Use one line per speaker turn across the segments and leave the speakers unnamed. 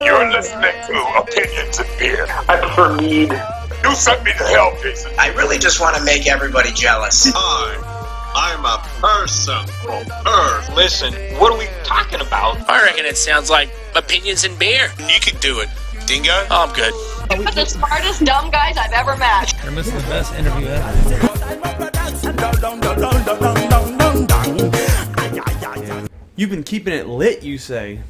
You're listening to Opinions and Beer.
I prefer mead.
You sent me to hell, Jason.
I really just want to make everybody jealous.
I, I'm a person from Earth. Listen, what are we talking about?
I reckon it sounds like opinions and beer.
You can do it, Dingo.
Oh, I'm good.
You're the smartest dumb guys I've ever met.
You're missing the best interview ever.
You've been keeping it lit, you say.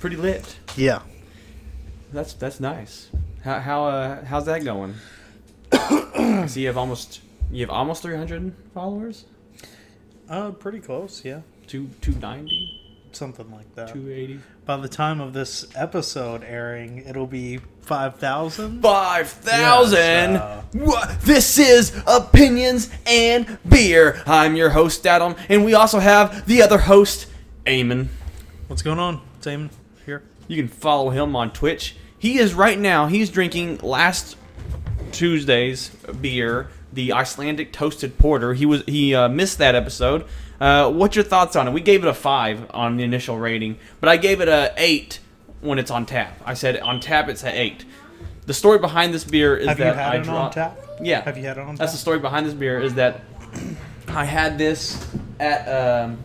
Pretty lit.
Yeah.
That's that's nice. How how uh, how's that going? so you have almost you have almost 300 followers.
Uh, pretty close, yeah.
Two 290,
Something like that.
280.
By the time of this episode airing, it'll be 5,000.
Five thousand.
Yeah,
This is opinions and beer. I'm your host Adam, and we also have the other host, Eamon.
What's going on? Same here.
You can follow him on Twitch. He is right now. He's drinking last Tuesday's beer, the Icelandic toasted porter. He was he uh, missed that episode. Uh, what's your thoughts on it? We gave it a five on the initial rating, but I gave it a eight when it's on tap. I said on tap it's a eight. The story behind this beer is
Have you
that
had
I
it on
dropped-
tap?
Yeah.
Have you had it on
That's the
tap?
story behind this beer is that I had this at um,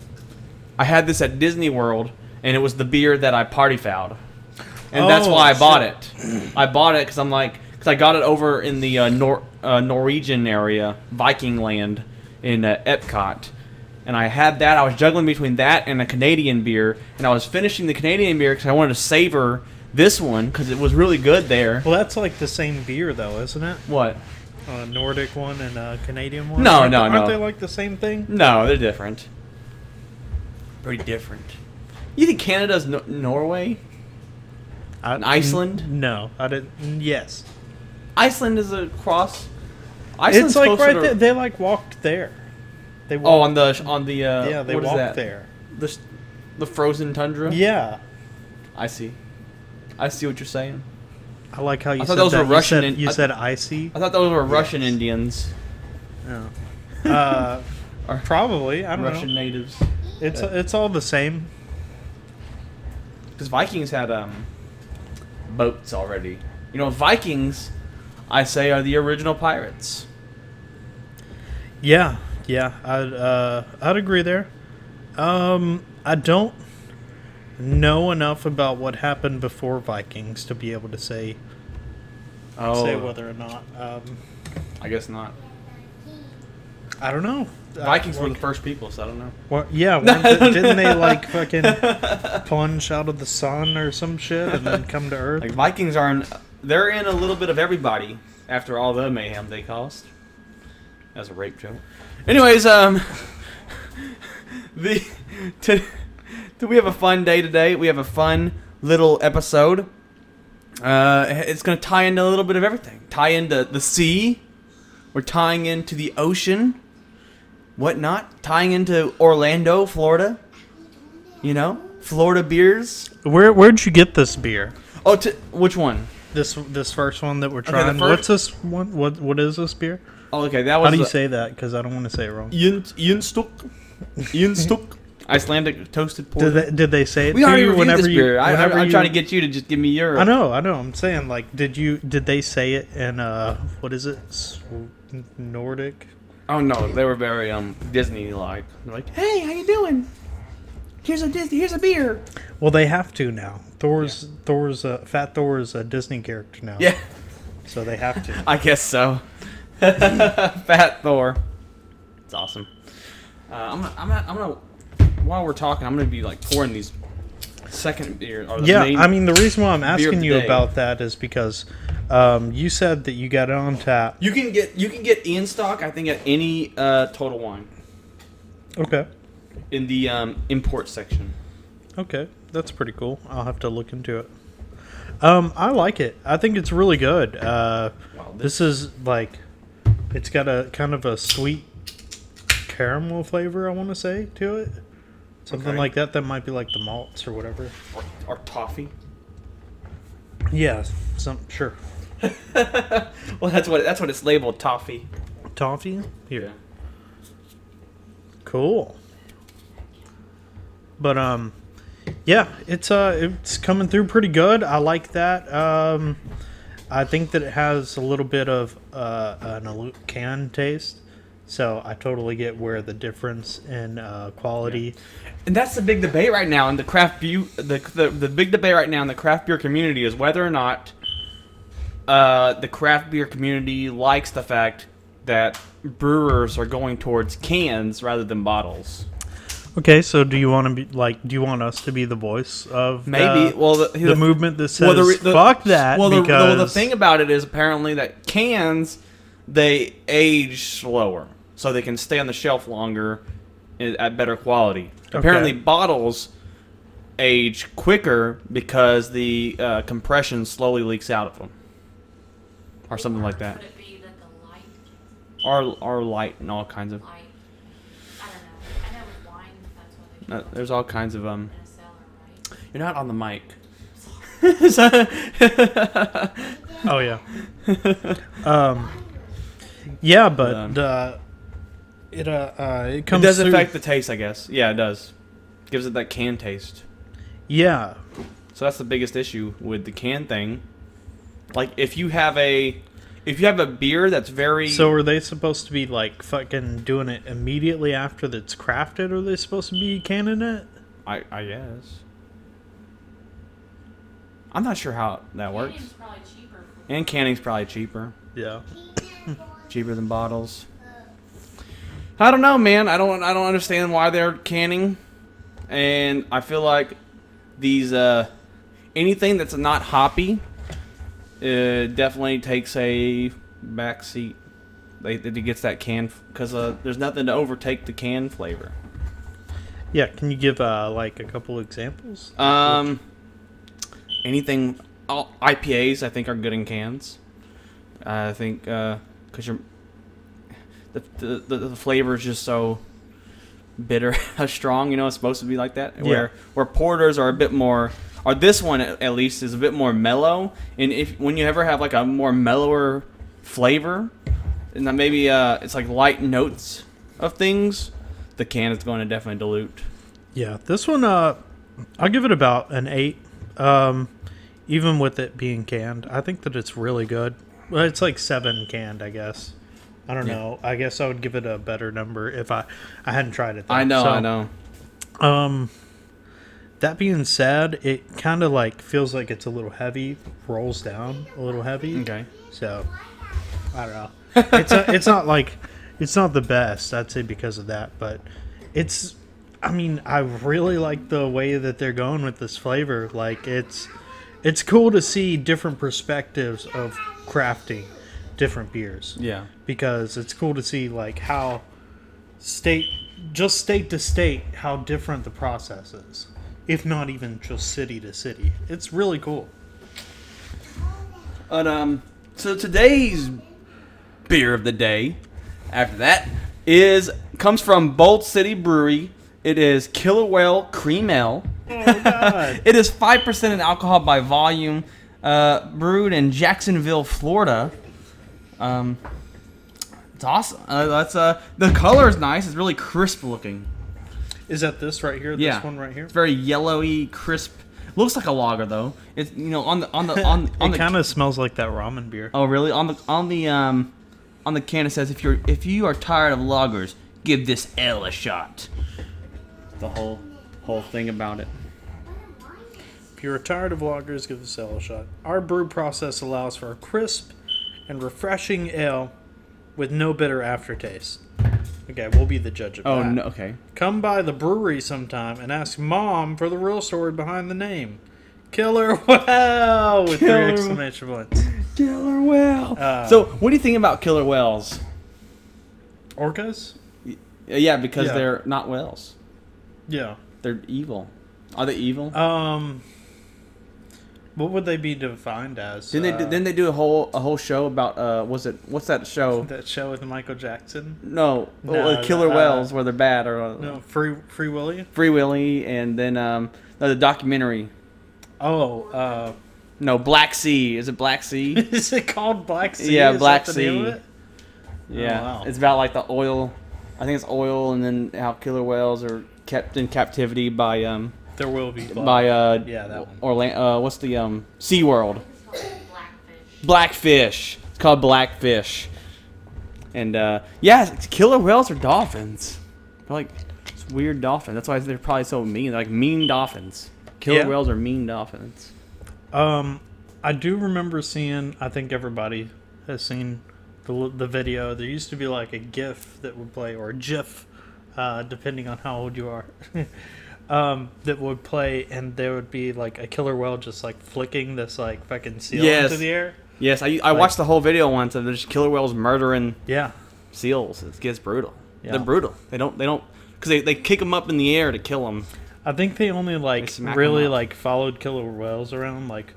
I had this at Disney World, and it was the beer that I party fouled, and that's
Oh,
why I bought
shit.
it. I bought it because I'm like, because I got it over in the uh, Nor- uh, Norwegian area, Viking land in uh, Epcot, and I had that. I was juggling between that and a Canadian beer, and I was finishing the Canadian beer because I wanted to savor this one because it was really good there.
Well, that's like the same beer, though, isn't it?
What?
A Nordic one and a Canadian one.
No,
aren't
no,
they, Aren't
no.
they like the same thing?
No, they're different. Pretty different. You think Canada's no- Norway?
I,
Iceland?
No, I didn't. mm, Yes,
Iceland is a cross. Iceland's
it's like
closer
right
to-
there. They like walked there. They
Oh,
walked.
on the on the uh,
yeah, they
what is
walked
that?
there.
The s- the frozen tundra.
Yeah,
I see. I see what you're saying.
I like how you
I thought
said
those
that.
were
You
Russian
said-
and-
you
I-
said icy.
I thought those were Russian Indians,
Oh. Uh,
Or-
probably. I don't
Russian
know.
natives.
It's it's all the same.
Because Vikings had um boats already. You know, Vikings, I say, are the original pirates.
Yeah, yeah. I'd uh, I'd agree there. Um, I don't know enough about what happened before Vikings to be able to say
Oh,
say whether or not. Um,
I guess not.
I don't know.
Vikings
uh,
were
like,
the first people, so I don't know.
what- yeah, weren't they- didn't they like fucking plunge out of the sun or some shit and then come to Earth?
Like Vikings are in, they're in a little bit of everybody after all the mayhem they caused. That's a rape joke. Anyways, um, the to, do we have a fun day today? We have a fun little episode. Uh, it's gonna tie into a little bit of everything. Tie into the sea. We're tying into the ocean. Whatnot. Tying into Orlando, Florida. You know, Florida beers.
Where where'd you get this beer?
Oh, t- which one?
This this first one that we're
the
trying.
fir-
What's this one? What what is this beer?
Oh, okay, that was.
How do you
the-
say that? Because I don't want to say it wrong.
Jenstuk. Jenstuk. Icelandic toasted pork.
Did they, did they say it?
we
to
already
you
reviewed
whenever
this
you,
beer. I, I,
whenever
I'm
you-
trying to get you to just give me your.
I know, I know. I'm saying like, did you? Did they say it in uh, what is it, S- Nordic?
Oh no, they were very um Disney like. They're like, hey, how you doing? Here's a Disney. Here's a beer.
Well, they have to now. Thor's Thor's uh, Fat Thor is a Disney character now.
Yeah,
So they have to.
I guess so. Fat Thor. It's awesome. Uh, I'm gonna, I'm gonna, I'm gonna. While we're talking, I'm gonna be like pouring these second beer. Or the
yeah,
main-
I mean the reason why I'm
of
asking
the
you
day.
about that is because um, you said that you got it on tap.
You can get you can get in stock. I think at any uh, Total Wine
Okay.
in the um, import section.
Okay, that's pretty cool. I'll have to look into it. Um, I like it. I think it's really good. Uh,
Wow,
this, is like, it's got a kind of a sweet caramel flavor. I want to say to it, something
Okay.
like that. That might be like the malts or whatever.
or, or toffee.
Yeah, some sure.
Well, that's what that's what it's labeled toffee.
Toffee. Cool. But um, yeah, it's uh, it's coming through pretty good. I like that. Um, I think that it has a little bit of uh, an alu- can taste, so I totally get where the difference in uh, quality.
And that's the big debate right now in the craft beer. The, the the big debate right now in the craft beer community is whether or not uh, the craft beer community likes the fact that brewers are going towards cans rather than bottles.
Okay, so do you want to be like? Do you want us to be the voice of
Maybe.
the,
well, the,
the movement that says
well, the re- the-
"fuck that"?
Well, the, well,
because
the thing about it is apparently that cans they age slower, so they can stay on the shelf longer and at better quality. Apparently, bottles age quicker because the uh, compression slowly leaks out of them, or something like that,
Could it be that the light,
or or light and all kinds of.
light, I don't know. I know with wine, that's what they
Uh,
keep
there's all kinds of um.
in a cellar, right?
You're not on the mic. So-
Oh yeah. um, yeah, but
Um,
uh, it uh, uh it
it
comes
does
through.
affect the taste, I guess. Yeah, it does. Gives it that can taste.
yeah,
So that's the biggest issue with the can thing. Like if you have a if you have a beer that's very
So are they supposed to be like fucking doing it immediately after that's crafted? Or are they supposed to be canning it?
I, I guess. I'm not sure how that
Canning's
works.
probably cheaper for
And canning's probably cheaper.
Yeah.
Cheaper than bottles. I don't know, man. I don't I don't understand why they're canning. And I feel like these uh anything that's not hoppy uh, definitely takes a back seat. They, it gets that can because uh, there's nothing to overtake the can flavor.
Yeah. Can you give uh like a couple examples?
Um, anything all IPAs I think are good in cans. I think because you're the, the the the flavor is just so bitter, strong. You know, it's supposed to be like that. Where where porters are a bit more, or this one at at least is a bit more mellow. And if when you ever have like a more mellower flavor, and then maybe uh, it's like light notes of things, the can is going to definitely dilute.
Yeah. This one uh, I'll give it about an eight. Um, even with it being canned, I think that it's really good. Well, it's like seven canned, I guess. I don't know. I guess I would give it a better number if I I hadn't tried it. Though,
I know,
so-
I know.
Um, that being said, it kind of like feels like it's a little heavy, rolls down a little heavy.
Okay.
So, I don't know. It's a, it's not like it's not the best, I'd say, because of that. But it's, I mean, I really like the way that they're going with this flavor. Like it's, it's cool to see different perspectives of crafting different beers
Yeah.
because it's cool to see like how state just state to state how different the process is if not even just city to city it's really cool
But um, so today's beer of the day, after that, is comes from Bolt City Brewery. It is Killer Whale Cream Ale.
Oh
it is five percent in alcohol by volume, uh, brewed in Jacksonville, Florida. Um, it's awesome. Uh, that's uh, the color is nice. It's really crisp looking.
is that this right here
Yeah,
this one right here
It's very yellowy, crisp. Looks like a lager though. It's you know on the on the on on
it
the
kind of smells like that ramen beer
Oh really? On the on the um on the can it says if you're if you are tired of loggers, give this L a shot. The whole whole thing about it.
if you're tired of lagers give this ale a shot our brew process allows for a crisp and refreshing ale with no bitter aftertaste okay we'll be the judge of
Oh
that
no okay.
Come by the brewery sometime and ask mom for the real story behind the name. Killer Wow!
Killer
With three
Whale.
exclamation points.
Killer whale.
Uh,
so what do you think about killer whales? Uh,
Orcas?
Yeah, because
Yeah.
they're not whales.
Yeah.
They're evil. Are they evil?
Um. What would they be defined as?
didn't they
Uh,
didn't they do a whole a whole show about uh was it what's that show?
that show with Michael Jackson?
No,
No,
uh, killer
uh,
whales where they're bad or uh,
No, Free Free Willy.
Free Willy and then um no, the documentary.
Oh, uh,
No, Black Sea. Is it Black Sea?
is it called Black Sea?
Yeah,
Is that
Black
the name of
Sea.
it?
Yeah,
Oh, wow.
it's about like the oil. I think it's oil, and then how killer whales are kept in captivity by um
There will be. Bob.
by uh
Yeah, that one.
Orlando. Uh, what's the um SeaWorld?
Blackfish.
Blackfish. It's called Blackfish. And uh yeah, it's killer whales are dolphins. They're like it's weird dolphin. That's why they're probably so mean. They're like mean dolphins. Killer
Yeah.
whales are mean dolphins.
Um, I do remember seeing. I think everybody has seen the the video. There used to be like a GIF that would play, or a GIF, uh, depending on how old you are. um, that would play, and there would be like a killer whale just like flicking this like fucking seal
Yes.
into the air.
Yes, I, I watched the whole video once of there's killer whales murdering
Yeah.
seals. It gets brutal.
Yeah.
They're brutal. They don't they don't because they, they kick them up in the air to kill them.
I think they only like
smack 'em
really
up.
like followed killer whales around like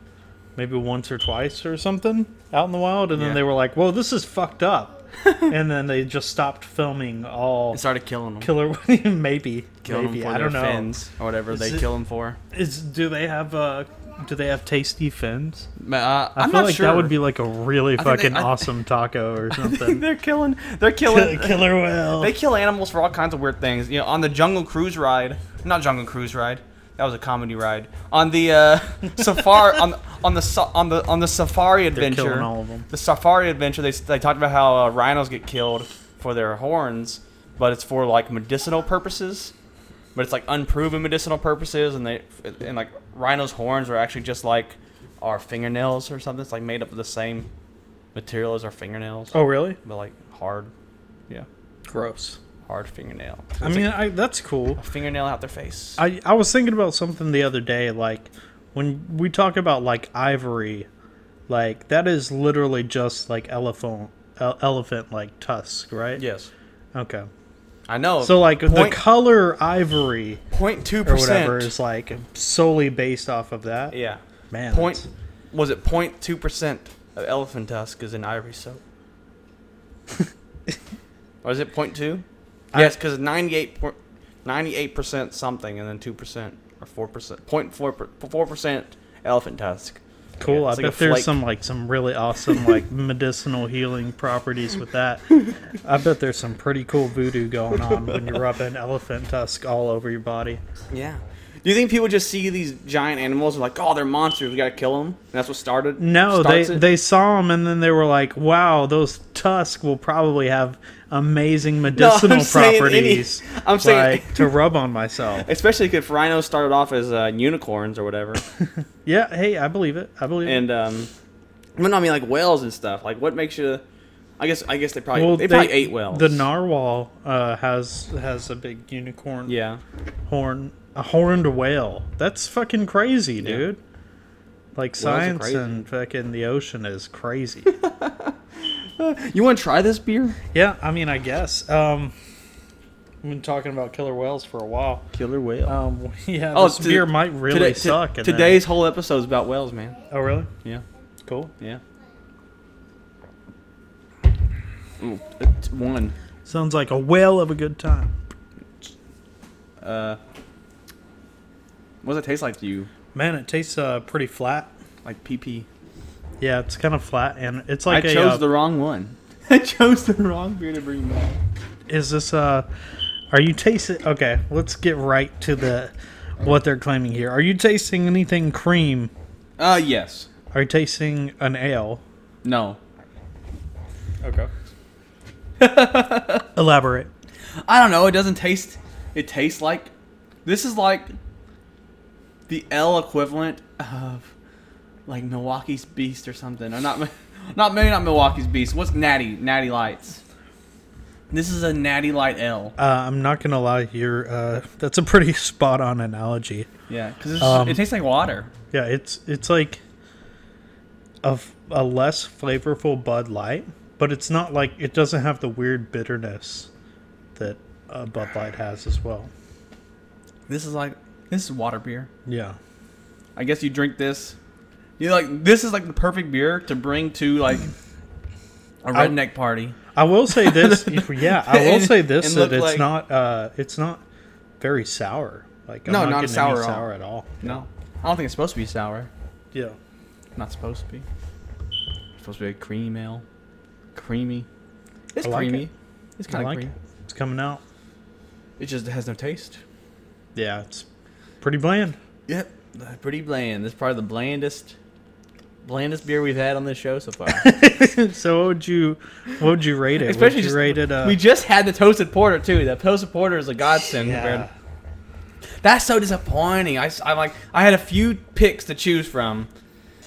maybe once or twice or something out in the wild, and
Yeah.
then they were like, "Whoa, this is fucked up," and then they just stopped filmhing all
It started killing them.
killer maybe
Kill
maybe
them for
I
their
don't know.
fins or whatever
Is
they
it-
kill them for.
Is do they have uh do they have tasty fins?
But, uh,
I
I'm
feel
not
like
sure.
that would be like a really
think they-
fucking
I th-
awesome taco or something.
they're killing. They're
Kill-
killing.
Killer whale.
They kill animals for all kinds of weird things. You know, on the Jungle Cruise ride, not Jungle Cruise ride. That was a comedy ride. On the uh, safari, on on the sa- on the on the safari adventure,
killing all of 'em.
the safari adventure, they s- they talked about how uh, rhinos get killed for their horns, but it's for like medicinal purposes. But it's like unproven medicinal purposes, and they and like rhinos' horns are actually just like our fingernails or something. It's like made up of the same material as our fingernails,
oh really?
but like hard, yeah
Gross.
hard fingernail.
I mean, I, that's cool.
Fingernail out their face.
I, I was thinking about something the other day, like when we talk about like ivory, like that is literally just like elephant el- elephant like tusk, right?
yes.
Okay.
I know.
So like the
point,
color ivory
point two
or whatever
percent.
is like solely based off of that.
Yeah.
Man.
Point
that's-
was it point two percent of elephant tusk is in ivory soap? or is it point two? Yes, because ninety-eight point ninety-eight percent something, and then two percent or four percent, point four four percent elephant tusk.
Cool.
Yeah,
I
it's
bet
like a flake.
there's some like some really awesome like medicinal healing properties with that. I bet there's some pretty cool voodoo going on when you're rubbing elephant tusk all over your body.
Yeah. Do you think people just see these giant animals and like, oh, they're monsters, we gotta kill them? And that's what started.
No, they
starts it?
they saw them and then they were like, "Wow, those tusks will probably have amazing medicinal
saying any-
properties."
I'm saying-
like, to rub on myself.
Especially if rhinos started off as uh, unicorns or whatever,
Yeah, hey, I believe it. I believe it.
and um, but no, I mean like whales and stuff. Like, what makes you? I guess I guess they probably they, probably ate whales.
The narwhal uh, has has a big unicorn
Yeah,
horn, a horned whale. That's fucking crazy, dude. Like
are
science
crazy.
and fucking the ocean is crazy.
you want to try this beer?
yeah, I mean, I guess. Um, I've been talking about killer whales for a while.
Killer whale.
Um, yeah,
Oh,
this
to-
beer might really
Today- to-
suck. and then-
today's whole episode is about whales, man.
Oh, really?
Yeah,
Cool.
yeah. Ooh, it's one.
Sounds like a whale of a good time.
Uh, what does it taste like to you?
Man, it tastes uh, pretty flat.
Like pee pee.
Yeah, it's kind of flat, and it's like
I
a.
chose
uh,
the wrong one. I chose the wrong beer to bring back.
is this uh? Are you tasting? Okay, let's get right to the what they're claiming here. Are you tasting anything cream?
Uh, yes.
Are you tasting an ale?
No. Okay.
Elaborate.
I don't know. It doesn't taste. It tastes like. This is like the L equivalent of like Milwaukee's Beast or something. Or not. Not maybe not Milwaukee's Beast. What's Natty? Natty Lights. This is a Natty Light L.
Uh, I'm not gonna lie, you're. Uh, that's a pretty spot on analogy.
Yeah, because
Um,
it tastes like water.
Yeah, it's it's like a, f- a less flavorful Bud Light, but it's not like it doesn't have the weird bitterness that uh, Bud Light has as well.
This is like this is water beer.
Yeah,
I guess you drink this. You like this is like the perfect beer to bring to like a
I-
redneck party.
I will say this. yeah, I will
And-
say this
and
that
look
it's
like-
not uh, it's not very sour. Like I'm
No,
not,
not
getting
sour
any
at all.
sour at all.
No, I don't think it's supposed to be sour.
Yeah,
Not supposed to be. It's supposed to be a cream ale. Creamy. It's
I like
creamy.
it.
It's
I
kind of
like it.
creamy.
It's coming out.
It. just has no taste.
Yeah, it's Pretty bland.
Yep. Uh, Pretty bland. This is probably the blandest, blandest beer we've had on this show so far.
so what would you what would you rate it? would
Especially
you
just,
rate it uh,
we just had the toasted porter too. That toasted porter is a godsend.
yeah.
compared- That's so disappointing. I, am like I had a few picks to choose from.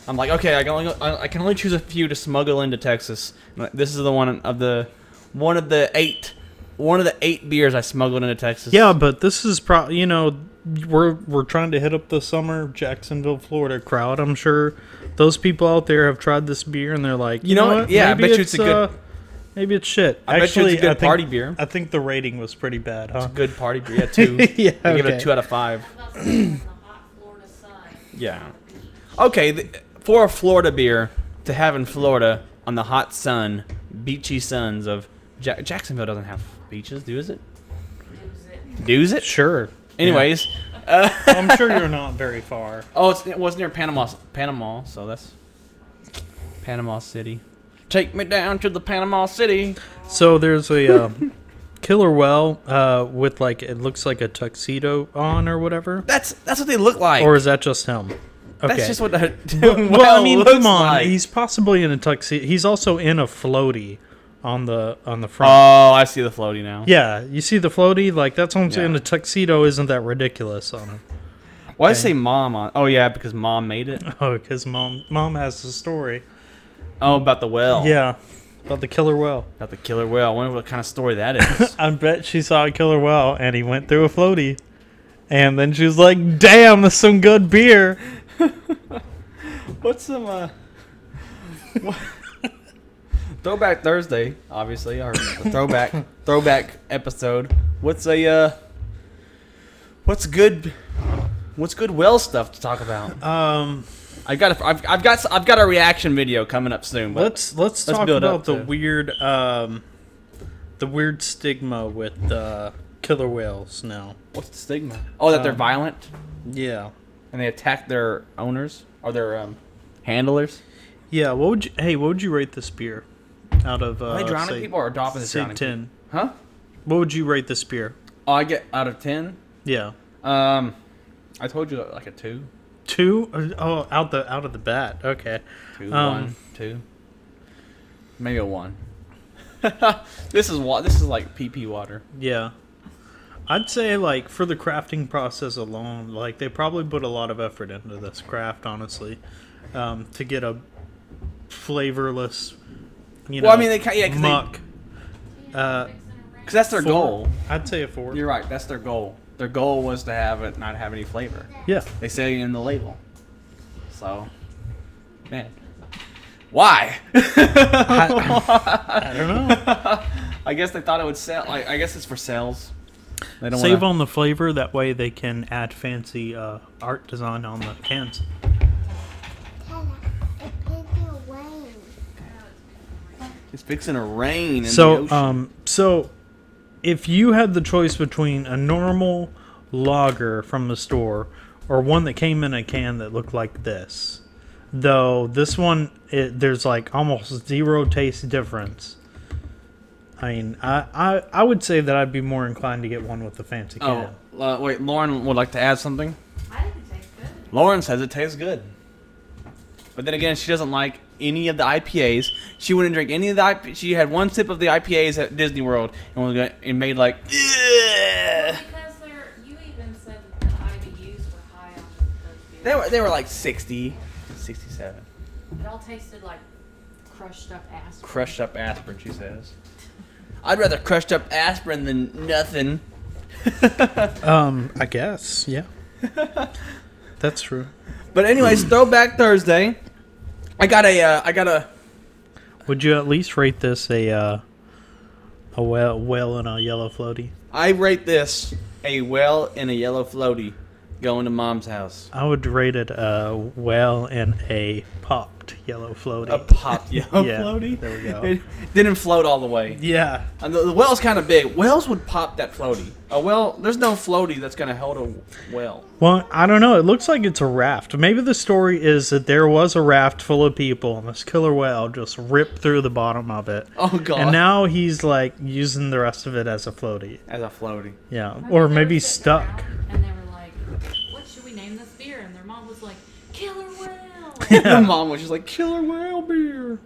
I'm like okay, I can only I I can only choose a few to smuggle into Texas. I'm like, This is the one of the one of the eight one of the eight beers I smuggled into Texas.
Yeah, but this is pro you know, we're we're trying to hit up the summer Jacksonville, Florida crowd. I'm sure those people out there have tried this beer and they're like, you,
know what?
what?
Yeah, I bet you it's a good-
uh, maybe it's shit.
I bet you it's a
Actually,
good
I think,
party beer.
I think the rating was pretty bad, huh?
good party beer. Yeah, two.
Yeah,
I give it a
okay.
two out of five.
About sitting in the hot Florida sun.
Yeah. Okay, th for a Florida beer to have in Florida on the hot sun, beachy suns of ja- Jacksonville doesn't have beaches, do is it? Does it?
Sure.
Anyways,
I'm sure you're not very far.
oh, it's, it was near Panama, Panama, so that's Panama City. Take me down to the Panama City.
So there's a uh, killer well uh, with like it looks like a tuxedo on or whatever,
That's that's what they look like.
or is that just him? Okay.
that's just what the
well, I mean,
looks
come on.
like.
He's possibly in a tuxedo. He's also in a floaty on the on the front.
Oh, I see the floaty now.
yeah, you see the floaty? Like that's what I'm saying.
Yeah.
The tuxedo isn't that ridiculous on him.
Why did I say mom on? Oh yeah, because mom made it.
Oh, because mom mom has the story.
Oh, about the well.
Yeah, about the killer well.
About the killer whale. I wonder what kind of story that is.
I bet she saw a killer well, and he went through a floaty, and then she was like, "Damn, that's some good beer."
What's some uh what- Throwback Thursday, obviously, our throwback throwback episode. What's a uh what's good what's good well stuff to talk about?
Um,
I've got a, I've, I've got s- I've got a reaction video coming up soon. But
let's let's,
let's
talk
build up
about the
to-
weird um, the weird stigma with uh, killer whales now.
what's the stigma? Oh, that they're
Um,
violent
Yeah,
and they attack their owners or their um handlers.
yeah. What would you? Hey, what would you rate this beer? Out of uh,
Are they drowning
say-
people or dolphins is
say
drowning? people?
ten.
Huh?
What would you rate this beer?
Oh, I get out of 10.
Yeah,
Um I told you like a 2.
two. Oh, out the out of the bat. Okay.
Two,
Um,
one, two. Maybe a one. this is wa- This is like PP water.
Yeah. I'd say like for the crafting process alone, like they probably put a lot of effort into this craft, honestly, um, to get a flavorless, you know,
Well, I mean, they ca- yeah, 'cause they-
muck. Uh,
Cause that's their
Four.
goal.
I'd say a 4
You're right. That's their goal. Their goal was to have it not have any flavor.
Yeah,
They say it in the label. So, man, why?
I don't know.
I guess they thought it would sell. Like, I guess it's for sales. They don't
Save
wanna-
on the flavor, that way they can add fancy uh, art design on the cans.
It's fixing to rain. In the
So,
ocean.
um, so if you had the choice between a normal lager from the store or one that came in a can that looked like this, though this one it, there's like almost zero taste difference. I mean, I, I I would say that I'd be more inclined to get one with the fancy
oh
can.
uh, wait, Lauren would like to add something.
I think it tastes good.
Lauren says it tastes good. But then again, she doesn't like any of the IPAs. She wouldn't drink any of the IP- She had one sip of the IPAs at Disney World and was gonna, and made like, "Ugh."
Because they're, you even said that the IBUs were high on those
they
beers.
were they were like 60, 67.
It all tasted like crushed up ass.
Crushed up aspirin, she says. I'd rather crushed up aspirin than nothing.
Um, I guess, yeah. That's true.
But anyways, Throwback Thursday. I got a uh, I got a
Would you at least rate this a uh, a whale whale in a yellow floaty?
I rate this a well in a yellow floaty going to mom's house.
I would rate it uh, well in a popped yellow floaty.
A pop yellow
Yeah,
floaty.
there we go.
It didn't float all the way.
yeah,
And the, the whale's kind of big. Whales would pop that floaty. A whale, there's no floaty that's gonna hold a whale.
well, I don't know. It looks like it's a raft. Maybe the story is that there was a raft full of people, and this killer whale just ripped through the bottom of it.
Oh god.
And now he's like using the rest of it as a floaty.
as a floaty.
Yeah,
I mean,
or
they were
maybe
sitting
stuck.
around And they were like, what
the mom was just like, killer whale beer.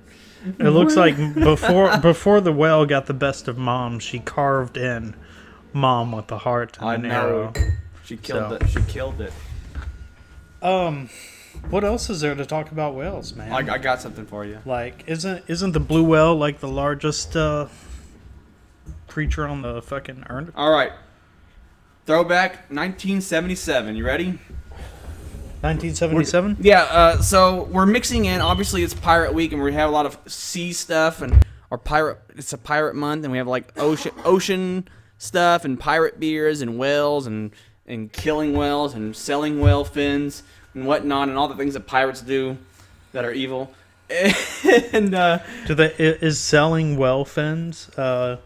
It looks like before before the whale got the best of mom, she carved in mom with the heart and
I
an
know.
arrow.
She killed
So.
it. She killed it.
Um, what else is there to talk about whales, man?
I, I got something for you.
like, isn't isn't the blue whale like the largest uh, creature on the fucking earth?
All right. Throwback 1977. You ready?
1977.
Yeah, uh, so we're mixing in. Obviously, it's Pirate Week, and we have a lot of sea stuff, and our pirate. It's a pirate month, and we have like ocean, ocean stuff, and pirate beers, and whales, and and killing whales, and selling whale fins, and whatnot, and all the things that pirates do that are evil. and uh,
Do they i- is selling whale fins? Uh,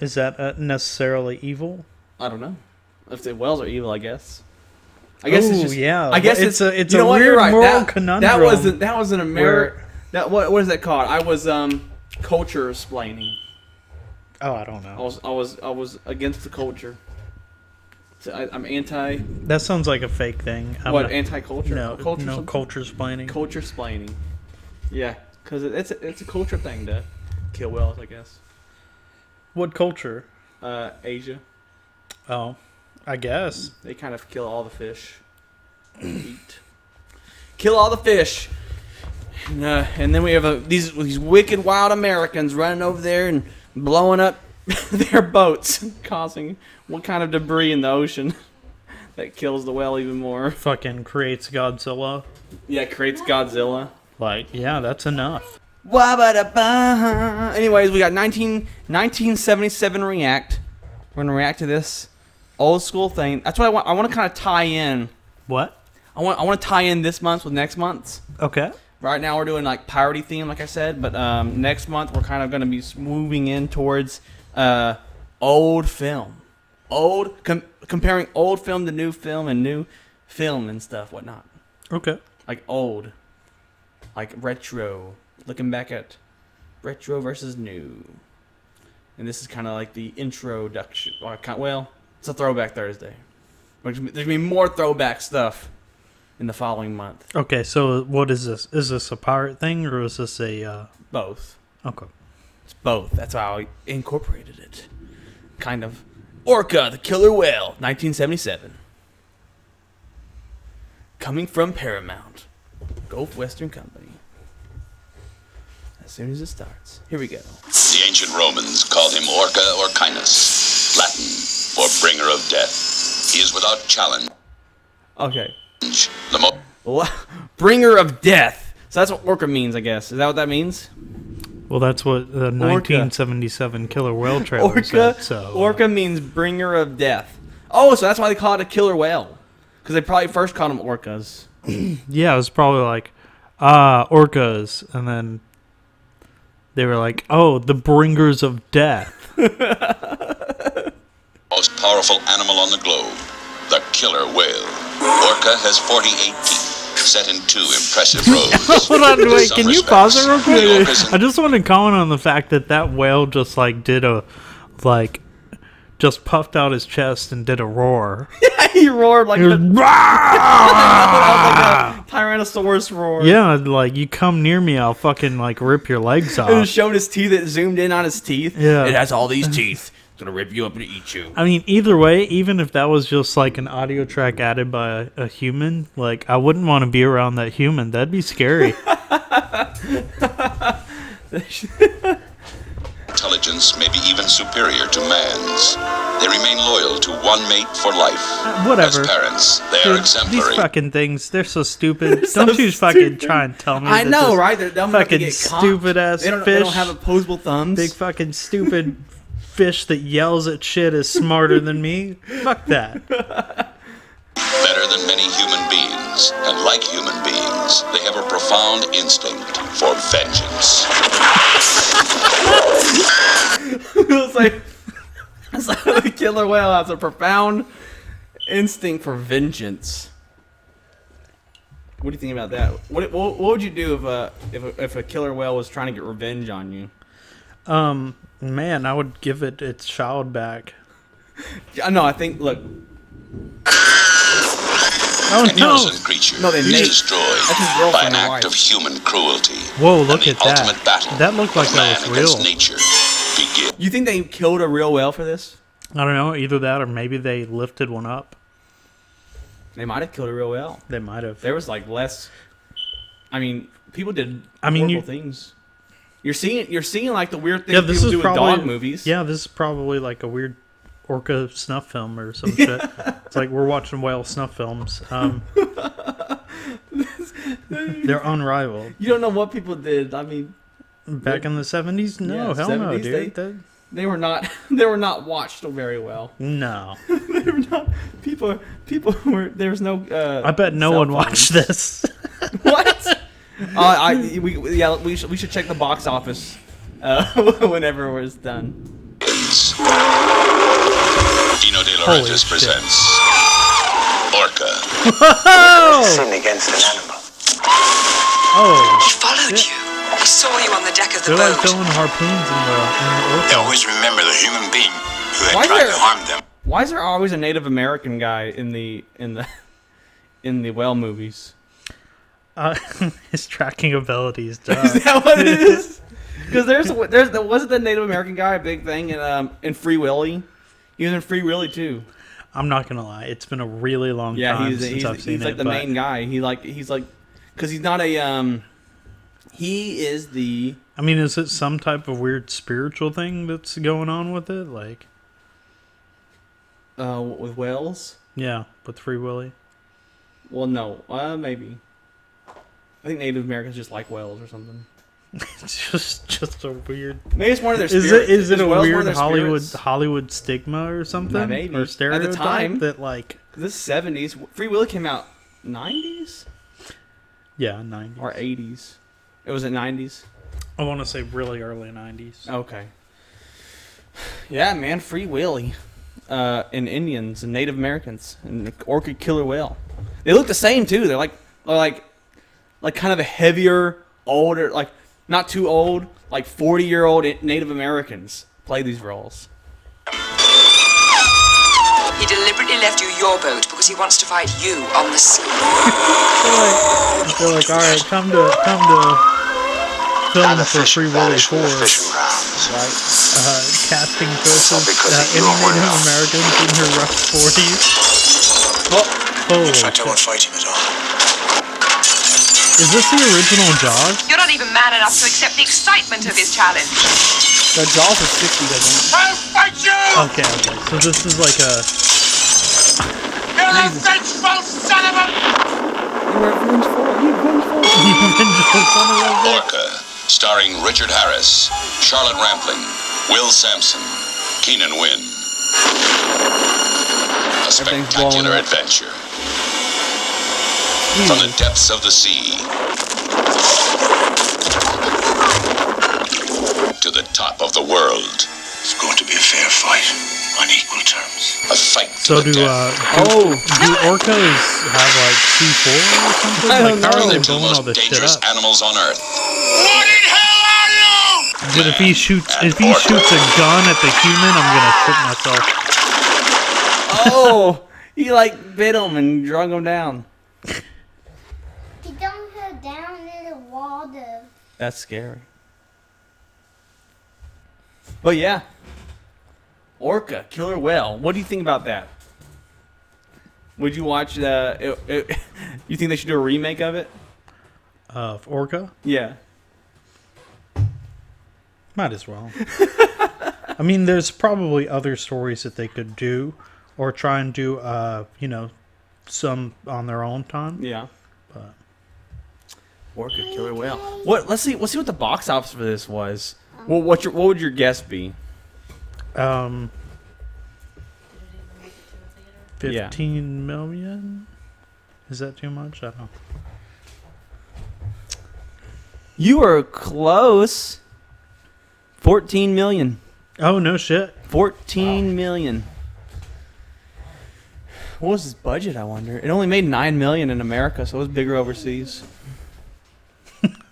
is that uh, necessarily evil?
I don't know if the whales are evil. I guess. I guess it's
Ooh,
just
yeah.
I guess it's,
It's a- it's
you
a
know what, you're
weird
right.
moral
that, That
conundrum
was an- that was an American.
where-
That what what is that called? I was um culture explaining.
Oh, I don't
I
know.
was I was I was against the culture. So I, I'm anti
That sounds like a fake thing. I'm
what
not-
anti culture?
No,
culture
no,
something?
culture's planning.
culture explaining. Yeah, because it, it's a, it's a culture thing to kill whales, I guess.
what culture?
Uh, Asia,
Oh, I guess.
they kind of kill all the fish. Eat, kill all the fish. And, uh, and then we have uh these these wicked wild Americans running over there and blowing up their boats, causing what kind of debris in the ocean that kills the whale even more.
Fucking creates Godzilla.
Yeah, creates Godzilla.
Like, yeah, that's enough.
Wabba-da-ba. Anyways, we got 19, 1977 React. We're gonna react to this old school thing. That's what I want. I want to kind of tie in.
What?
I want. I want to tie in this month with next month's.
Okay.
Right now we're doing like parody theme, like I said, but um, next month we're kind of gonna be moving in towards uh, old film, old com- comparing old film to new film and new film and stuff, whatnot
Okay.
like old, like retro, looking back at retro versus new. And this is kind of like the introduction. Well, ki- well, it's a throwback Thursday. There's gonna be- there's gonna be more throwback stuff in the following month.
Okay, so what is this? Is this a pirate thing or is this a uh
Both.
okay.
It's both. That's how I incorporated it. Kind of. Orca, the killer whale, 1977. Coming from Paramount, Gulf Western Company. As soon as it starts, here we go.
The ancient Romans called him Orca or Orcinus, Latin for bringer of death. He is without challenge.
Okay.
The mo-
La- Bringer of death. So that's what orca means, I guess. Is that what that means?
Well, that's what the 1977 Killer Whale trailer
Orca.
said. So
Orca means bringer of death. Oh, so that's why they call it a killer whale. Because they probably first called them orcas.
yeah, it was probably like ah orcas, and then they were like, oh, the bringers of death.
most powerful animal on the globe, the killer whale. Orca has 48 teeth, set in two impressive rows.
Hold on,
In
wait,
some
can you
respects,
pause it real
the
quick?
orcas
I
and
just want to comment on the fact that that whale just like did a like just puffed out his chest and did a roar.
he roared like the
yeah,
Tyrannosaurus roared.
like you come near me, I'll fucking like rip your legs
It
off.
showed his teeth. It zoomed in on his teeth.
Yeah.
It has all these teeth. It's gonna rip you up and eat you.
I mean, either way, even if that was just like an audio track added by a, a human, like I wouldn't want to be around that human. That'd be scary.
intelligence may be even superior to man's. They remain loyal to one mate for life. As
Uh, Whatever.
parents, they are
Dude, These
exemplary.
fucking things, they're so stupid. Don't
so
you fucking
stupid.
try and tell me.
I
that
know,
this
right? They're dumb enough to
fucking
get caught.
stupid ass
They don't,
fish.
they don't have opposable thumbs.
big fucking stupid fish that yells at shit is smarter than me. Fuck that.
Better than many human beings, and like human beings, they have a profound instinct for vengeance.
it's like it's like the killer whale has a profound instinct for vengeance. What do you think about that? What what, what would you do if a, if a if a killer whale was trying to get revenge on you?
Um, man, I would give it its child back.
Yeah, No, I think look.
Oh,
an
no.
innocent creature
No, they
is
made- that's his
destroyed
girlfriend
by an
or wife.
act of human cruelty.
Whoa, look
and
at
the ultimate battle
that. That looked like
of
that
man
was
against
real.
nature begins.
You think they killed a real whale for this?
I don't know. Either that or maybe they lifted one up.
They might have killed a real whale.
They might have.
There was like less. I mean, people did
I mean,
horrible
you-
things. You're seeing, you're seeing like the weird things
Yeah, this
people
is
do
probably
in dog movies.
Yeah, this is probably like a weird orca snuff film or some shit. It's like we're watching whale snuff films. Um, they're unrivaled.
you don't know what people did. I mean,
Back in the seventies, no,
Yeah,
hell no,
70s,
dude.
they-
That-
they were not, they were not watched very well.
no,
they were not people. People were there's no. Uh,
I bet no
cell
one
phones.
watched this.
what? uh, I we yeah we should we should check the box office uh, whenever it's done.
Dino De
Holy
Laurentiis
shit.
presents Orca.
Oh,
Sin against an animal.
oh,
Followed
Yeah.
you. We saw you on the deck of
they're like throwing harpoons in the, in the orca.
always remember the human being who
Why tried there- to
harm them.
Why is there always a Native American guy in the in the in the whale movies?
Uh, his tracking abilities.
Is
Duh.
that what it is? Because there's there's there wasn't the Native American guy a big thing in um in Free Willy. He was in Free Willy too.
I'm not gonna lie. It's been a really long
Yeah,
time
he's
since
he's,
I've
he's
seen
like
it.
the
but
main guy. He like he's like because he's not a um he is the
I mean, is it some type of weird spiritual thing that's going on with it? Like,
uh with whales.
yeah, with Free Willy.
Well, no, uh, maybe. I think Native Americans just like whales or something.
It's just, just a weird.
Maybe it's one of their
Is
spirits.
it is it a
whales one of
weird
their
Hollywood
spirits?
Hollywood stigma or something
Yeah, maybe.
or
At the
stereotype
time-
that like
This seventies Free Willy came out nineties
yeah ninety.
or eighties. It was at nineties.
I want to say really early nineties.
Okay. Yeah, man, Free Willy, uh, and Indians and Native Americans and the orchid killer whale. They look the same too. They're like they're like like kind of a heavier, older, like not too old, like forty year old Native Americans play these roles.
He deliberately left you your boat because he wants to fight you on the sea.
They're like all right, come to come to film for Free Willy four.
grounds.
Uh, casting choices
because
uh,
you are
animated
now.
Americans in her rough forties. Holy shit.
fight him at all.
Is this the original Jaws?
You're not even man enough to accept the excitement of his challenge.
The Jaws are sixty, doesn't it?
I'll fight you,
Okay, okay. So this is like a
you revengeful son of a
vengeful son of a bitch.
Orca, starring Richard Harris, Charlotte Rampling, Will Sampson, Keenan Wynn. A
Everything's blowing
spectacular
up.
adventure. From the depths of the sea to the top of the world.
It's going to be a fair fight on equal terms.
A fight to
So
the
do
death.
uh do,
Oh,
do orcas have like C four or something?
I don't
Like how
Are
are
the
they
two
blowing all
most
this shit
dangerous
up?
animals on earth.
what in hell are you?
Dude, if he shoots
and
if he
orca.
shoots a gun at the human, I'm gonna shit myself.
oh, he like bit him and drug him down.
He don't go down in the water.
That's scary. But yeah, orca killer whale. What do you think about that? Would you watch the? It, it, you think they should do a remake of it?
Uh, if orca,
Yeah.
might as well. I mean, there's probably other stories that they could do, or try and do. Uh, you know, some on their own time.
Yeah. Orca killer whale. What? Let's see. Let's see what the box office for this was. Well, what your what would your guess be?
Um,
Yeah.
fifteen million. Is that too much? I don't know.
You were close. Fourteen million.
Oh no shit.
Fourteen million. What was his budget? I wonder. It only made nine million in America, so it was bigger overseas.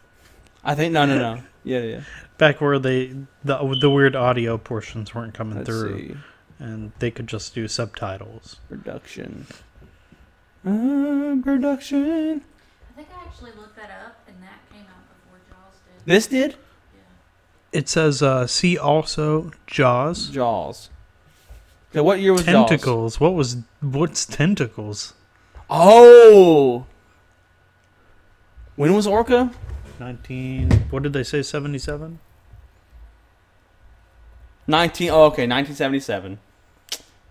I think no, no, no. Yeah, yeah.
Back where they the the weird audio portions weren't coming
Let's
through,
see.
and they could just do subtitles.
Production. Uh, production.
I think I actually looked that up, and that came out before Jaws did.
This did?
It says, uh, see also Jaws.
Jaws. So what year was Jaws?
Tentacles. What was, what's Tentacles?
Oh. When was Orca?
19, what did they say, 77?
19. Oh, okay, 1977.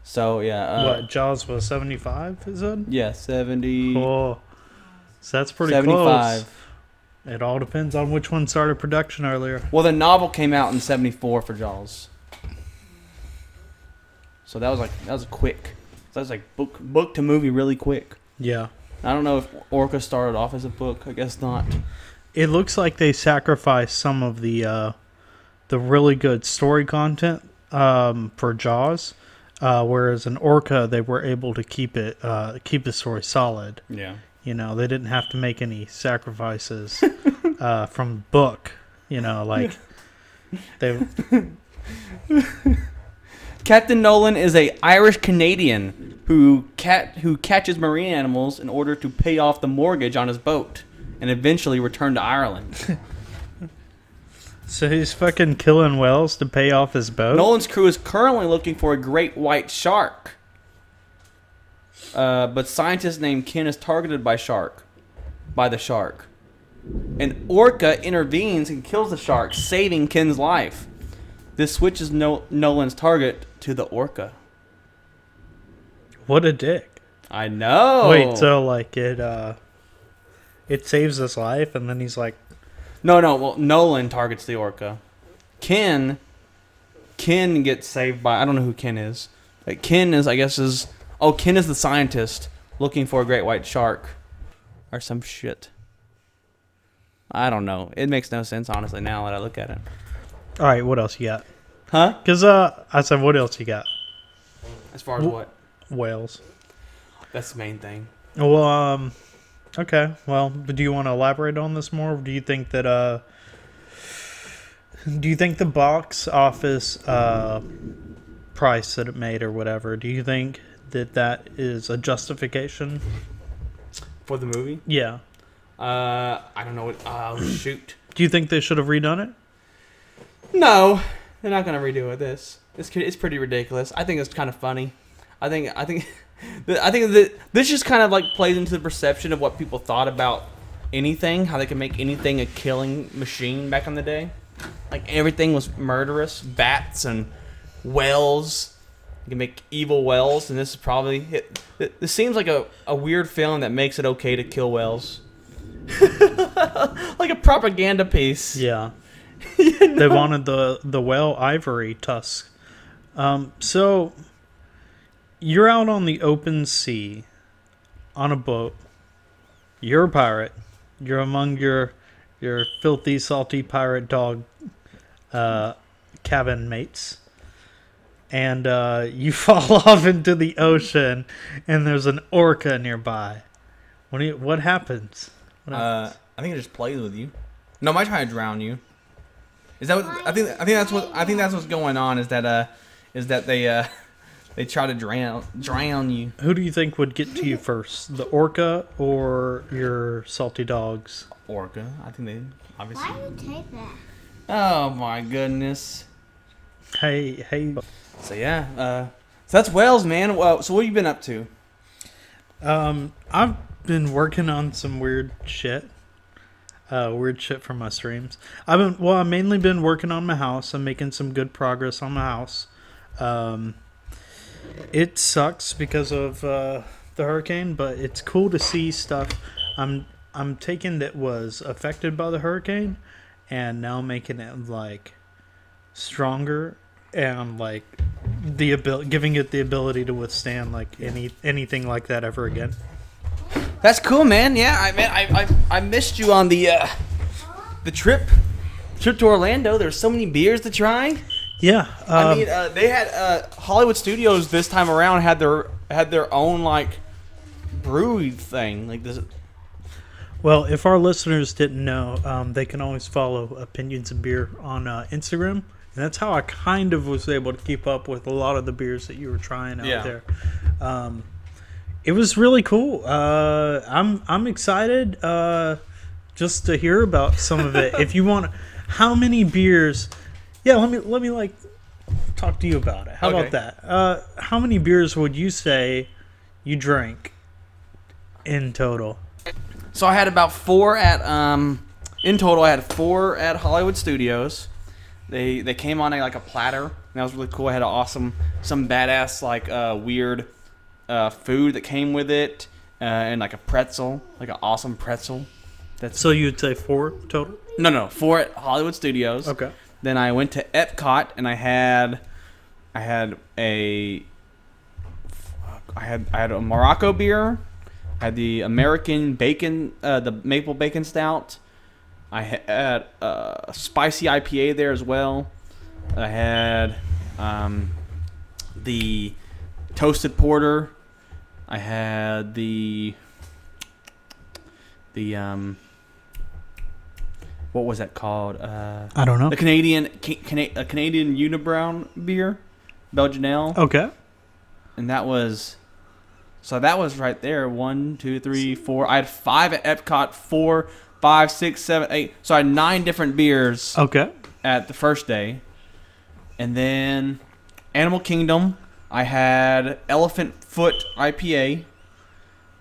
So yeah. Uh,
what, Jaws was 75, is it?
Yeah, 70.
Oh, so that's pretty
75.
close. It all depends on which one started production earlier.
Well, the novel came out in 74 for Jaws. So that was like that was quick. So that was like book book to movie really quick.
Yeah.
I don't know if Orca started off as a book. I guess not.
It looks like they sacrificed some of the uh, the really good story content um, for Jaws, uh, whereas in Orca they were able to keep it uh, keep the story solid.
Yeah.
You know, they didn't have to make any sacrifices uh, from the book. You know, like they
Captain Nolan is a Irish Canadian who cat who catches marine animals in order to pay off the mortgage on his boat and eventually return to Ireland.
so he's fucking killing whales to pay off his boat.
Nolan's crew is currently looking for a great white shark. Uh, but scientist named Ken is targeted by shark, by the shark. An orca intervenes and kills the shark, saving Ken's life. This switches no- Nolan's target to the orca.
What a dick.
I know.
Wait, so like it uh it saves his life and then he's like
No, no. Well, Nolan targets the orca. Ken, Ken gets saved by I don't know who Ken is. But Ken is, I guess, is oh Ken is the scientist looking for a great white shark, or some shit. I don't know. It makes no sense honestly now that I look at it.
All right, what else you got?
Huh?
Cuz uh I said what else you got?
As far as what?
Whales.
That's the main thing.
Well, um okay. Well, but do you want to elaborate on this more? Do you think that uh do you think the box office uh price that it made or whatever, do you think that that is a justification?
For the movie?
Yeah.
Uh, I don't know what. Oh shoot.
Do you think they should have redone it?
No, they're not gonna redo it. This it's ki- it's pretty ridiculous. I think it's kind of funny. I think I think the- I think that this just kind of like plays into the perception of what people thought about anything, how they could make anything a killing machine back in the day. Like everything was murderous, bats and whales. You can make evil whales, and this is probably it. th- This seems like a, a weird film that makes it okay to kill whales, like a propaganda piece.
Yeah. They wanted the the whale ivory tusk. Um, so you're out on the open sea on a boat. You're a pirate. You're among your your filthy, salty pirate dog uh, cabin mates. And uh, you fall off into the ocean, and there's an orca nearby. What do you, what happens? What
Uh, I think it just plays with you. No, am I trying to drown you? Is that what I think? I think that's what I think that's what's going on. Is that uh, is that they uh, they try to drown drown you?
Who do you think would get to you first, the orca or your salty dogs?
Orca. I think they obviously.
Why would you take that?
Oh my goodness.
Hey, hey.
So yeah, uh, so that's Wales, man. Well, so what you been up to?
Um, I've been working on some weird shit. Uh, weird shit from my streams. I've been well. I've mainly been working on my house. I'm making some good progress on my house. Um, it sucks because of uh, the hurricane, but it's cool to see stuff. I'm I'm taking that was affected by the hurricane, and now making it like stronger and like the abil- giving it the ability to withstand like any anything like that ever again.
That's cool, man. Yeah, I man, I, I, I missed you on the uh, the trip trip to Orlando. There's so many beers to try.
Yeah, um,
I mean, uh, they had uh, Hollywood Studios this time around had their had their own like brew thing, like this.
Well, if our listeners didn't know, um, they can always follow Opinions and Beer on uh, Instagram. And that's how I kind of was able to keep up with a lot of the beers that you were trying out
Yeah.
there. Um, it was really cool. Uh, I'm I'm excited uh, just to hear about some of it. if you want, how many beers? Yeah, let me let me like talk to you about it. How
Okay.
about that? Uh, how many beers would you say you drank in total?
So I had about four at um in total. I had four at Hollywood Studios. They they came on a, like a platter, and that was really cool. I had an awesome some badass like uh, weird uh, food that came with it, uh, and like a pretzel, like an awesome pretzel. That's
so you'd say four total.
No, no, four at Hollywood Studios.
Okay.
Then I went to Epcot and I had, I had a, I had I had a Morocco beer, I had the American bacon, uh, the maple bacon stout. I had uh, a spicy IPA there as well. I had um, the toasted porter. I had the the um, what was that called? Uh,
I don't know.
The Canadian ca- Cana- a Canadian Unibrown beer, Belgian ale.
Okay.
And that was, so that was right there. One, two, three, four. I had five at Epcot. Four, five, six, seven, eight. So I had nine different beers.
Okay.
At the first day, and then Animal Kingdom. I had Elephant Foot IPA.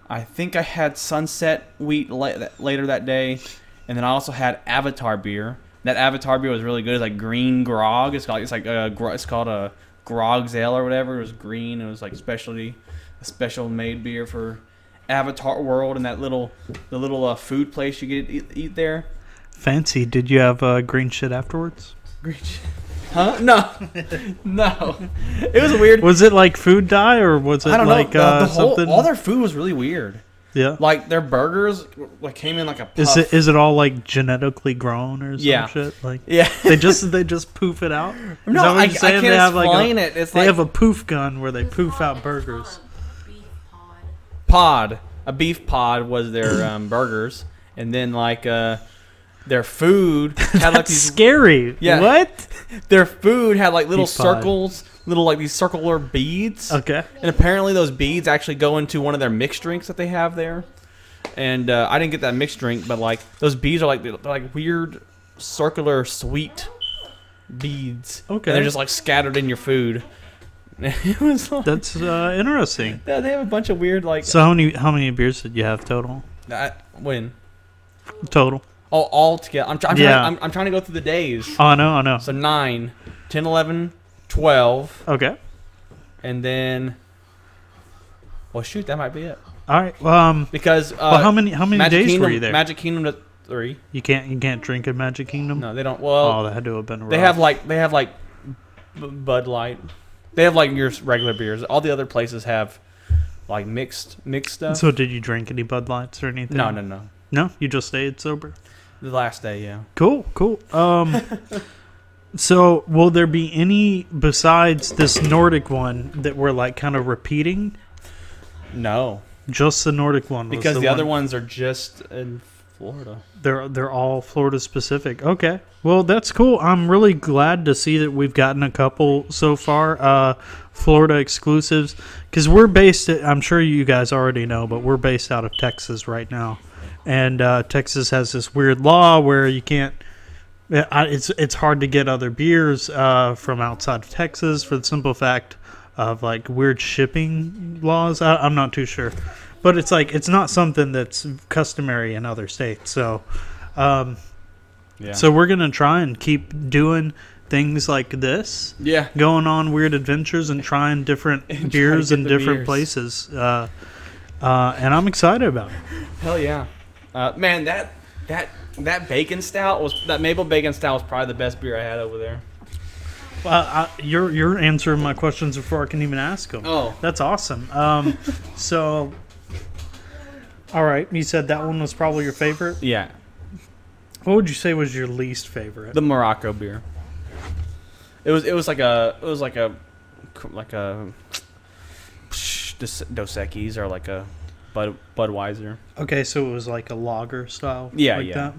I think I had Sunset Wheat la- that- later that day, and then I also had Avatar beer. That Avatar beer was really good. It's like green grog. It's called it's like a gro- it's called a grog's ale or whatever. It was green. It was like specialty, a special made beer for Avatar World and that little the little uh, food place you get to eat, eat there.
Fancy. Did you have uh, green shit afterwards?
Green shit. Huh? No, no. It was weird.
Was it like food dye or was it
I don't
like
know. The,
uh,
the whole,
something?
all their food was really weird.
yeah.
Like their burgers like came in like a puff.
Is it is it all like genetically grown or some
Yeah.
shit? Like
Yeah.
they just they just poof it out. Is
No,
that what
I-
you're
I
saying?
can't
they have
explain
like
it.
a,
It's
they
like-
have a poof gun where they poof out burgers.
pod, a beef pod was their um, burgers, and then like uh, their food had like
That's
these
scary.
Yeah.
What?
their food had like little
Beef pod.
circles, little like these circular beads.
Okay.
And apparently those beads actually go into one of their mixed drinks that they have there. And uh, I didn't get that mixed drink, but like those beads are like they're like weird circular sweet beads. And
Okay.
they're just like scattered in your food. it was like,
That's uh, interesting.
they have a bunch of weird like
So how many how many beers did you have total?
I, when
Total.
Oh, all together. I'm, try- I'm,
Yeah.
trying, I'm, I'm trying to go through the days.
Oh no, oh no.
So 9, 10, 11, 12,
Okay.
and then. Well, shoot, that might be it.
All right. Well, um,
Because. Uh,
Well, how many- how many days were
Kingdom,
you there?
Magic Kingdom to 3.
you can't you can't drink in Magic Kingdom.
No, they don't. Well,
Oh, that had to have been.
they
rough.
have like. They have like. B- Bud Light. They have like your regular beers. All the other places have like mixed mixed stuff.
So did you drink any Bud Lights or anything?
no, no, no.
No, you just stayed sober.
The last day, yeah.
Cool, cool. Um, so will there be any besides this Nordic one that we're like kind of repeating?
No.
Just the Nordic one, was
Because the, other
one
ones are just in Florida.
they're they're all Florida specific. Okay, well that's cool. I'm really glad to see that we've gotten a couple so far, uh, Florida exclusives. Because we're based, at, I'm sure you guys already know, but we're based out of Texas right now, and uh, Texas has this weird law where you can't Yeah, I- it's it's hard to get other beers uh, from outside of Texas for the simple fact of like weird shipping laws. I, I'm not too sure, but it's like it's not something that's customary in other states. So, um,
Yeah.
so we're gonna try and keep doing things like this,
Yeah.
going on weird adventures and trying different
And try to
beers
get
in
the
different
beers.
places. Uh, uh, and I'm excited about it.
Hell yeah, uh, man! That that that bacon stout was that maple bacon stout was probably the best beer I had over there.
Uh, I, you're you're answering my questions before I can even ask them.
Oh.
that's awesome. Um, so, all right, you said that one was probably your favorite.
Yeah,
What would you say was your least favorite?
the Morocco beer. It was it was like a it was like a like a Dos Dos Equis or like a Bud Budweiser.
okay, so it was like a lager style.
Yeah,
like
yeah.
That.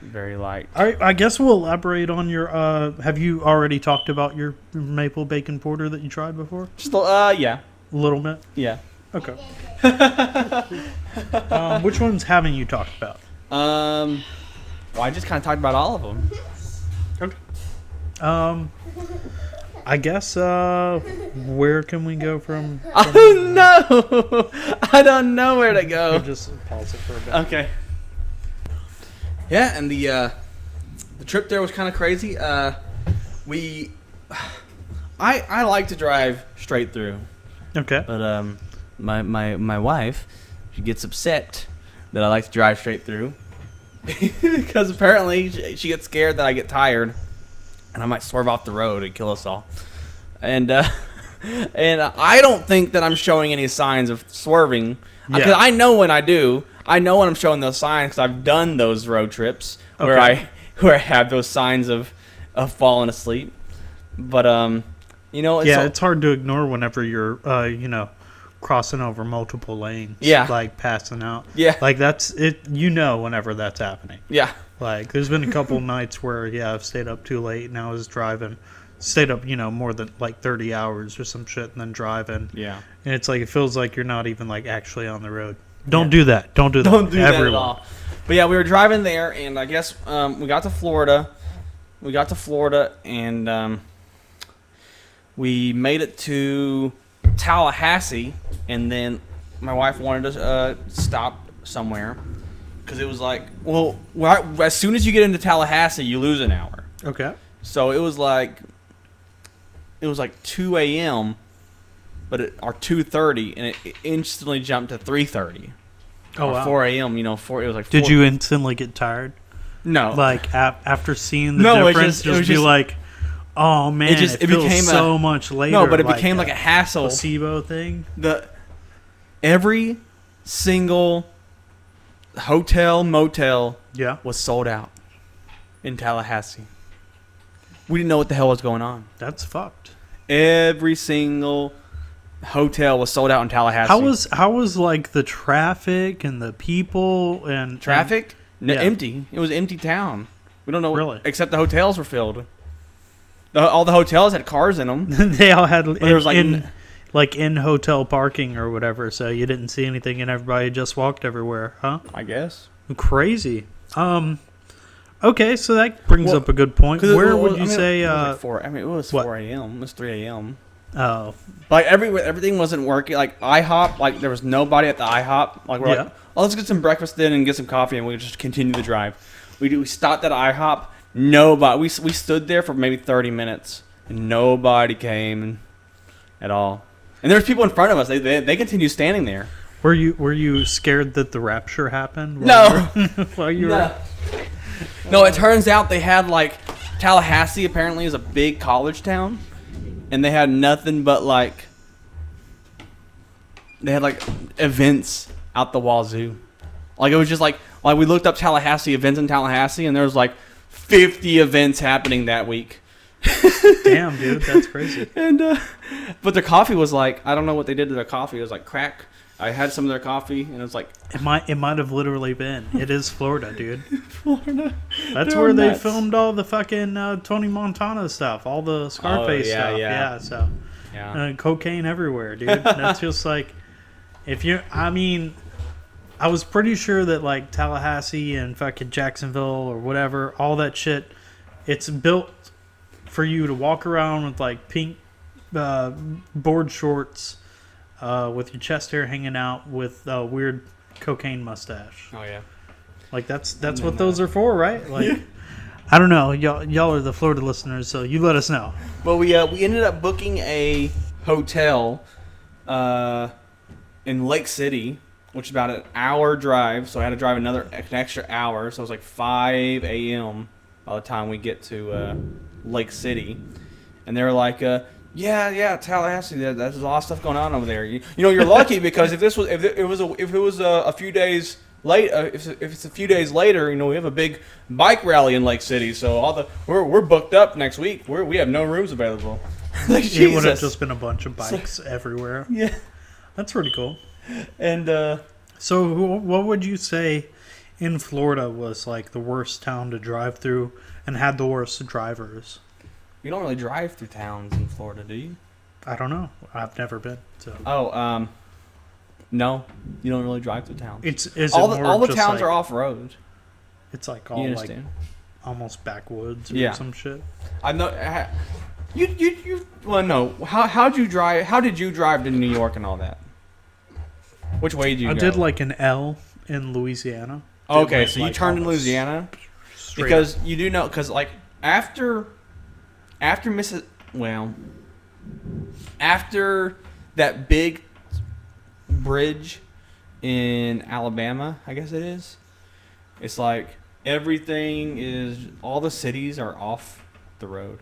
Very light.
All right, I guess we'll elaborate on your. Uh, have you already talked about your maple bacon porter that you tried before?
Just a- uh yeah
A little bit.
Yeah.
Okay. um, which ones haven't you talked about?
Um, well, I just kind of talked about all of them.
Okay. Um, I guess. Uh, where can we go from?
Oh no! I don't know where to go.
We'll just pause it for a bit.
Okay. Yeah, and the uh, the trip there was kind of crazy. Uh, we, I I like to drive straight through,
Okay.
but um, my my my wife, she gets upset that I like to drive straight through, because apparently she, she gets scared that I get tired, and I might swerve off the road and kill us all, and uh, and I don't think that I'm showing any signs of swerving.
Yeah.
Because I know when I do. I know when I'm showing those signs because I've done those road trips where
Okay.
I where I have those signs of of falling asleep. But um, you know, it's
yeah,
al-
it's hard to ignore whenever you're, uh, you know, crossing over multiple lanes.
Yeah.
Like passing out.
Yeah.
Like that's it. You know, whenever that's happening.
yeah,
Like there's been a couple nights where yeah, I've stayed up too late and I was driving, stayed up you know more than like 30 hours or some shit and then driving.
yeah.
And it's like it feels like you're not even like actually on the road. Don't do that. Don't do that.
Don't do that at
Everyone.
all. But yeah, we were driving there, and I guess um, we got to Florida. We got to Florida, and um, we made it to Tallahassee, and then my wife wanted to uh, stop somewhere because it was like, well, why- as soon as you get into Tallahassee, you lose an hour.
Okay.
So it was like, it was like 2 a.m. But it, or 2:30, and it- it instantly jumped to 3:30
Oh
or
wow.
4 a.m. You know, four. It was like.
Did
4
you instantly get tired?
No.
Like a- after seeing the
No, it
difference,
just-
just,
it was
be
just-
like, oh man, it
just-
just
it
feels
became a-
so much later. uh,
no, but it became like a hassle.
placebo thing.
The every single hotel motel
Yeah,
was sold out in Tallahassee. We didn't know what the hell was going on.
that's fucked.
Every single hotel was sold out in Tallahassee.
How was how was like the traffic and the people and
traffic? N-
Yeah.
Empty. It was an empty town. We don't know what-
Really?
except the hotels were filled. The, all the hotels had cars in them.
and they all had in,
there was, like,
like in
n-
like in hotel parking or whatever, so you didn't see anything and everybody just walked everywhere, huh?
I guess.
Crazy. Um. Okay, so that brings
Well,
up a good point.
'Cause it
Where
was-
would
I
you
mean,
say?
it was
Uh,
like four? I mean, it was
what?
four a.m. It was three a.m.
oh,
Like every everything wasn't working. Like IHOP, like there was nobody at the IHOP. Like we're
Yeah.
like, oh, let's get some breakfast then and get some coffee, and we just continue the drive. We do. We stopped at IHOP. Nobody. We s- we stood there for maybe thirty minutes, and nobody came at all. And there's people in front of us. They they, they continue standing there.
were you were you scared that the rapture happened? while
No.
you were- while you were
No. No, it turns out they had like Tallahassee apparently is a big college town, and they had nothing but like they had like events out the wazoo. Like it was just like like we looked up Tallahassee events in Tallahassee, and there was like fifty events happening that week.
Damn, dude, that's crazy.
And uh, but their coffee was like I don't know what they did to their coffee. It was like crack. I had some of their coffee, and it was like
It might it might have literally been. It is Florida, dude.
Florida.
That's
They're
where they
nuts.
filmed all the fucking uh, Tony Montana stuff, all the Scarface
Oh, yeah,
stuff.
yeah.
Yeah, so
Yeah.
uh, cocaine everywhere, dude. That's just like if you. I mean, I was pretty sure that like Tallahassee and fucking Jacksonville or whatever, all that shit, it's built for you to walk around with like pink uh, board shorts, uh, with your chest hair hanging out, with a weird cocaine mustache.
Oh yeah.
Like that's that's what those are for, right? Like I don't know, y'all y'all are the Florida listeners, so you let us know.
Well, we uh, we ended up booking a hotel uh, in Lake City, which is about an hour drive. So I had to drive another an extra hour. So it was like 5 a.m. by the time we get to uh, Lake City, and they were like. Uh, yeah, yeah, Tallahassee. there- There's a lot of stuff going on over there. You, you know, you're lucky because if this was if it was a, if it was a, a few days late, uh, if, if it's a few days later, you know, we have a big bike rally in Lake City. So all the we're, we're booked up next week. We're, we have no rooms available. like
It would have
Jesus.
just been a bunch of bikes everywhere.
yeah.
That's pretty cool.
And uh,
So wh- what would you say in Florida was like the worst town to drive through and had the worst drivers?
you don't really drive through towns in Florida, do you?
I don't know. I've never been. So
Oh, um, no, you don't really drive through towns.
It's- is it
all the
more
all the
just
towns
like-
are off road.
it's like
You
all like
understand?
almost backwoods or
Yeah.
some shit.
I know. I, you you you. Well, no. How how'd you drive? How did you drive to New York and all that? Which way did you
I
go?
did like an L in Louisiana. It
Okay,
went,
so you
like,
turned in
almost
Louisiana
straight
because you do know because like after after Mrs. Well, after that big bridge in Alabama, I guess it is. It's like everything is all the cities are off the road.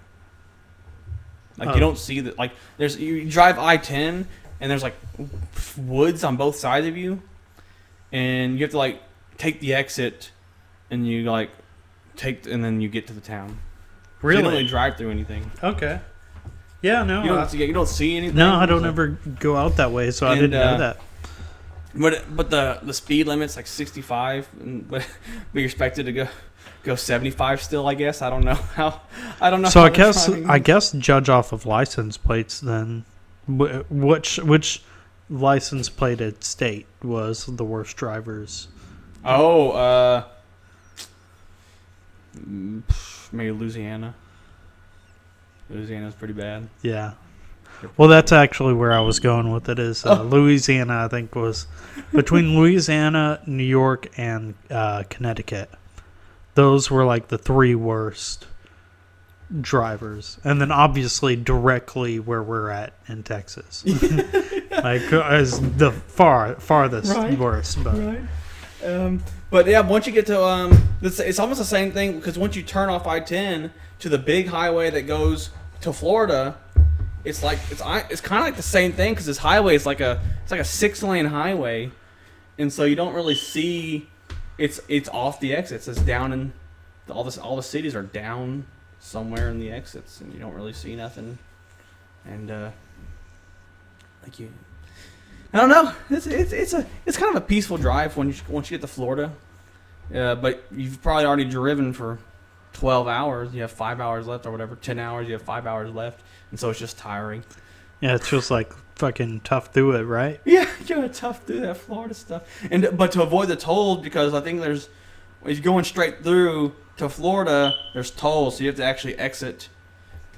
Like
Oh.
you don't see that. Like there's you drive I ten and there's like woods on both sides of you, and you have to like take the exit, and you like take and then you get to the town. So you don't
Really?
really drive through anything.
Okay. Yeah, no.
You don't
I-
have to get- you don't see anything.
No, I don't
So-
ever go out that way, so I
And,
didn't
uh,
know that.
But but the the speed limit's like 65, and, but but you're expected to go go 75 still. I guess I don't know how. I don't know.
So
how
I
they're
guess
driving.
I guess judge off of license plates then. Wh- Which which license plated state was the worst drivers?
Oh, uh, mm, maybe Louisiana. Louisiana's pretty bad.
Yeah. Well, that's actually where I was going with it. Is uh,
Oh.
Louisiana? I think was between Louisiana, New York, and uh, Connecticut. Those were like the three worst drivers, and then obviously directly where we're at in Texas, like is the far farthest
Right.
worst. But
Right. Um, but yeah, once you get to um, it's, it's almost the same thing because once you turn off I ten to the big highway that goes to Florida, it's like it's I- it's kind of like the same thing because this highway is like a it's like a six lane highway, and so you don't really see it's it's off the exits. It's down in all this all the cities are down somewhere in the exits, and you don't really see nothing, and uh, like you I don't know. It's it's it's a it's kind of a peaceful drive when you once you get to Florida, uh, but you've probably already driven for twelve hours. You have five hours left, or whatever. Ten hours. You have five hours left, and so it's just tiring.
yeah, it's just like fucking tough through it, right?
Yeah, you gotta tough through that Florida stuff. And but to avoid the tolls because I think there's if you're going straight through to Florida, there's tolls, so you have to actually exit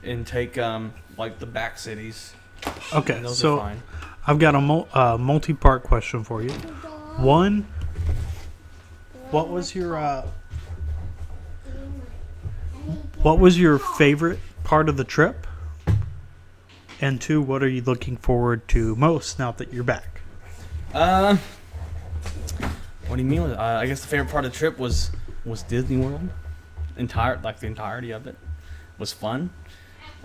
and take um like the back cities.
Okay,
And those are
so
fine.
I've got a mul- uh, multi-part question for you. One, what was your uh, what was your favorite part of the trip? And two, what are you looking forward to most now that you're back?
Uh, what do you mean? Uh, I guess the favorite part of the trip was was Disney World. Entire like the entirety of it was fun.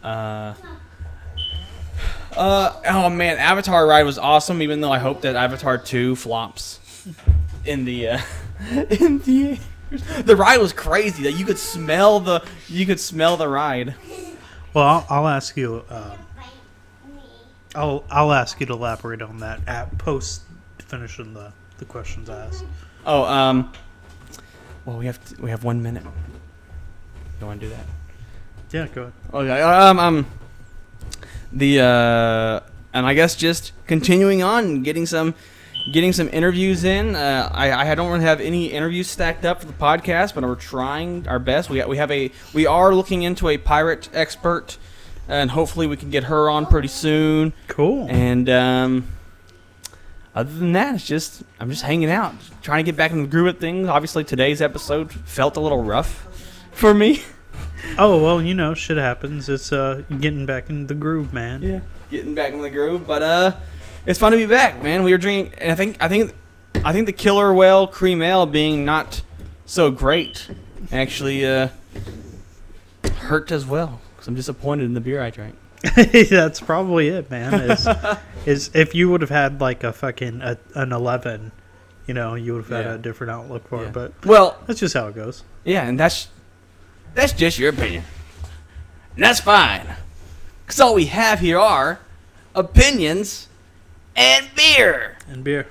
Uh, uh, oh man, Avatar ride was awesome. Even though I hope that Avatar two flops in the uh, in the the ride was crazy. That you could smell the you could smell the ride.
Well, I'll, I'll ask you. Uh, I'll I'll ask you to elaborate on that at post finishing the the questions I asked.
Oh, um, well we have to, we have one minute. You want to do that?
Yeah, go ahead.
Okay. Um. um the uh, and I guess just continuing on, getting some, getting some interviews in. Uh, I I don't really have any interviews stacked up for the podcast, but we're trying our best. We we have a we are looking into a pirate expert, and hopefully we can get her on pretty soon.
Cool.
And um. Other than that, it's just I'm just hanging out, trying to get back in the groove of things. Obviously, today's episode felt a little rough for me.
Oh well, you know, shit happens. It's uh getting back in the groove, man.
Yeah. getting back in the groove. But uh, it's fun to be back, man. We were drinking, and I think I think I think the killer whale cream ale being not so great actually uh, hurt as well. Cause I'm disappointed in the beer I drank.
That's probably it, man. Is is if you would have had like a fucking a, an eleven, you know, you would have had
Yeah.
a different outlook for
Yeah.
it. But
Well,
that's just how it goes.
yeah, and that's that's just your opinion, and that's fine. Cause all we have here are opinions and beer.
And beer.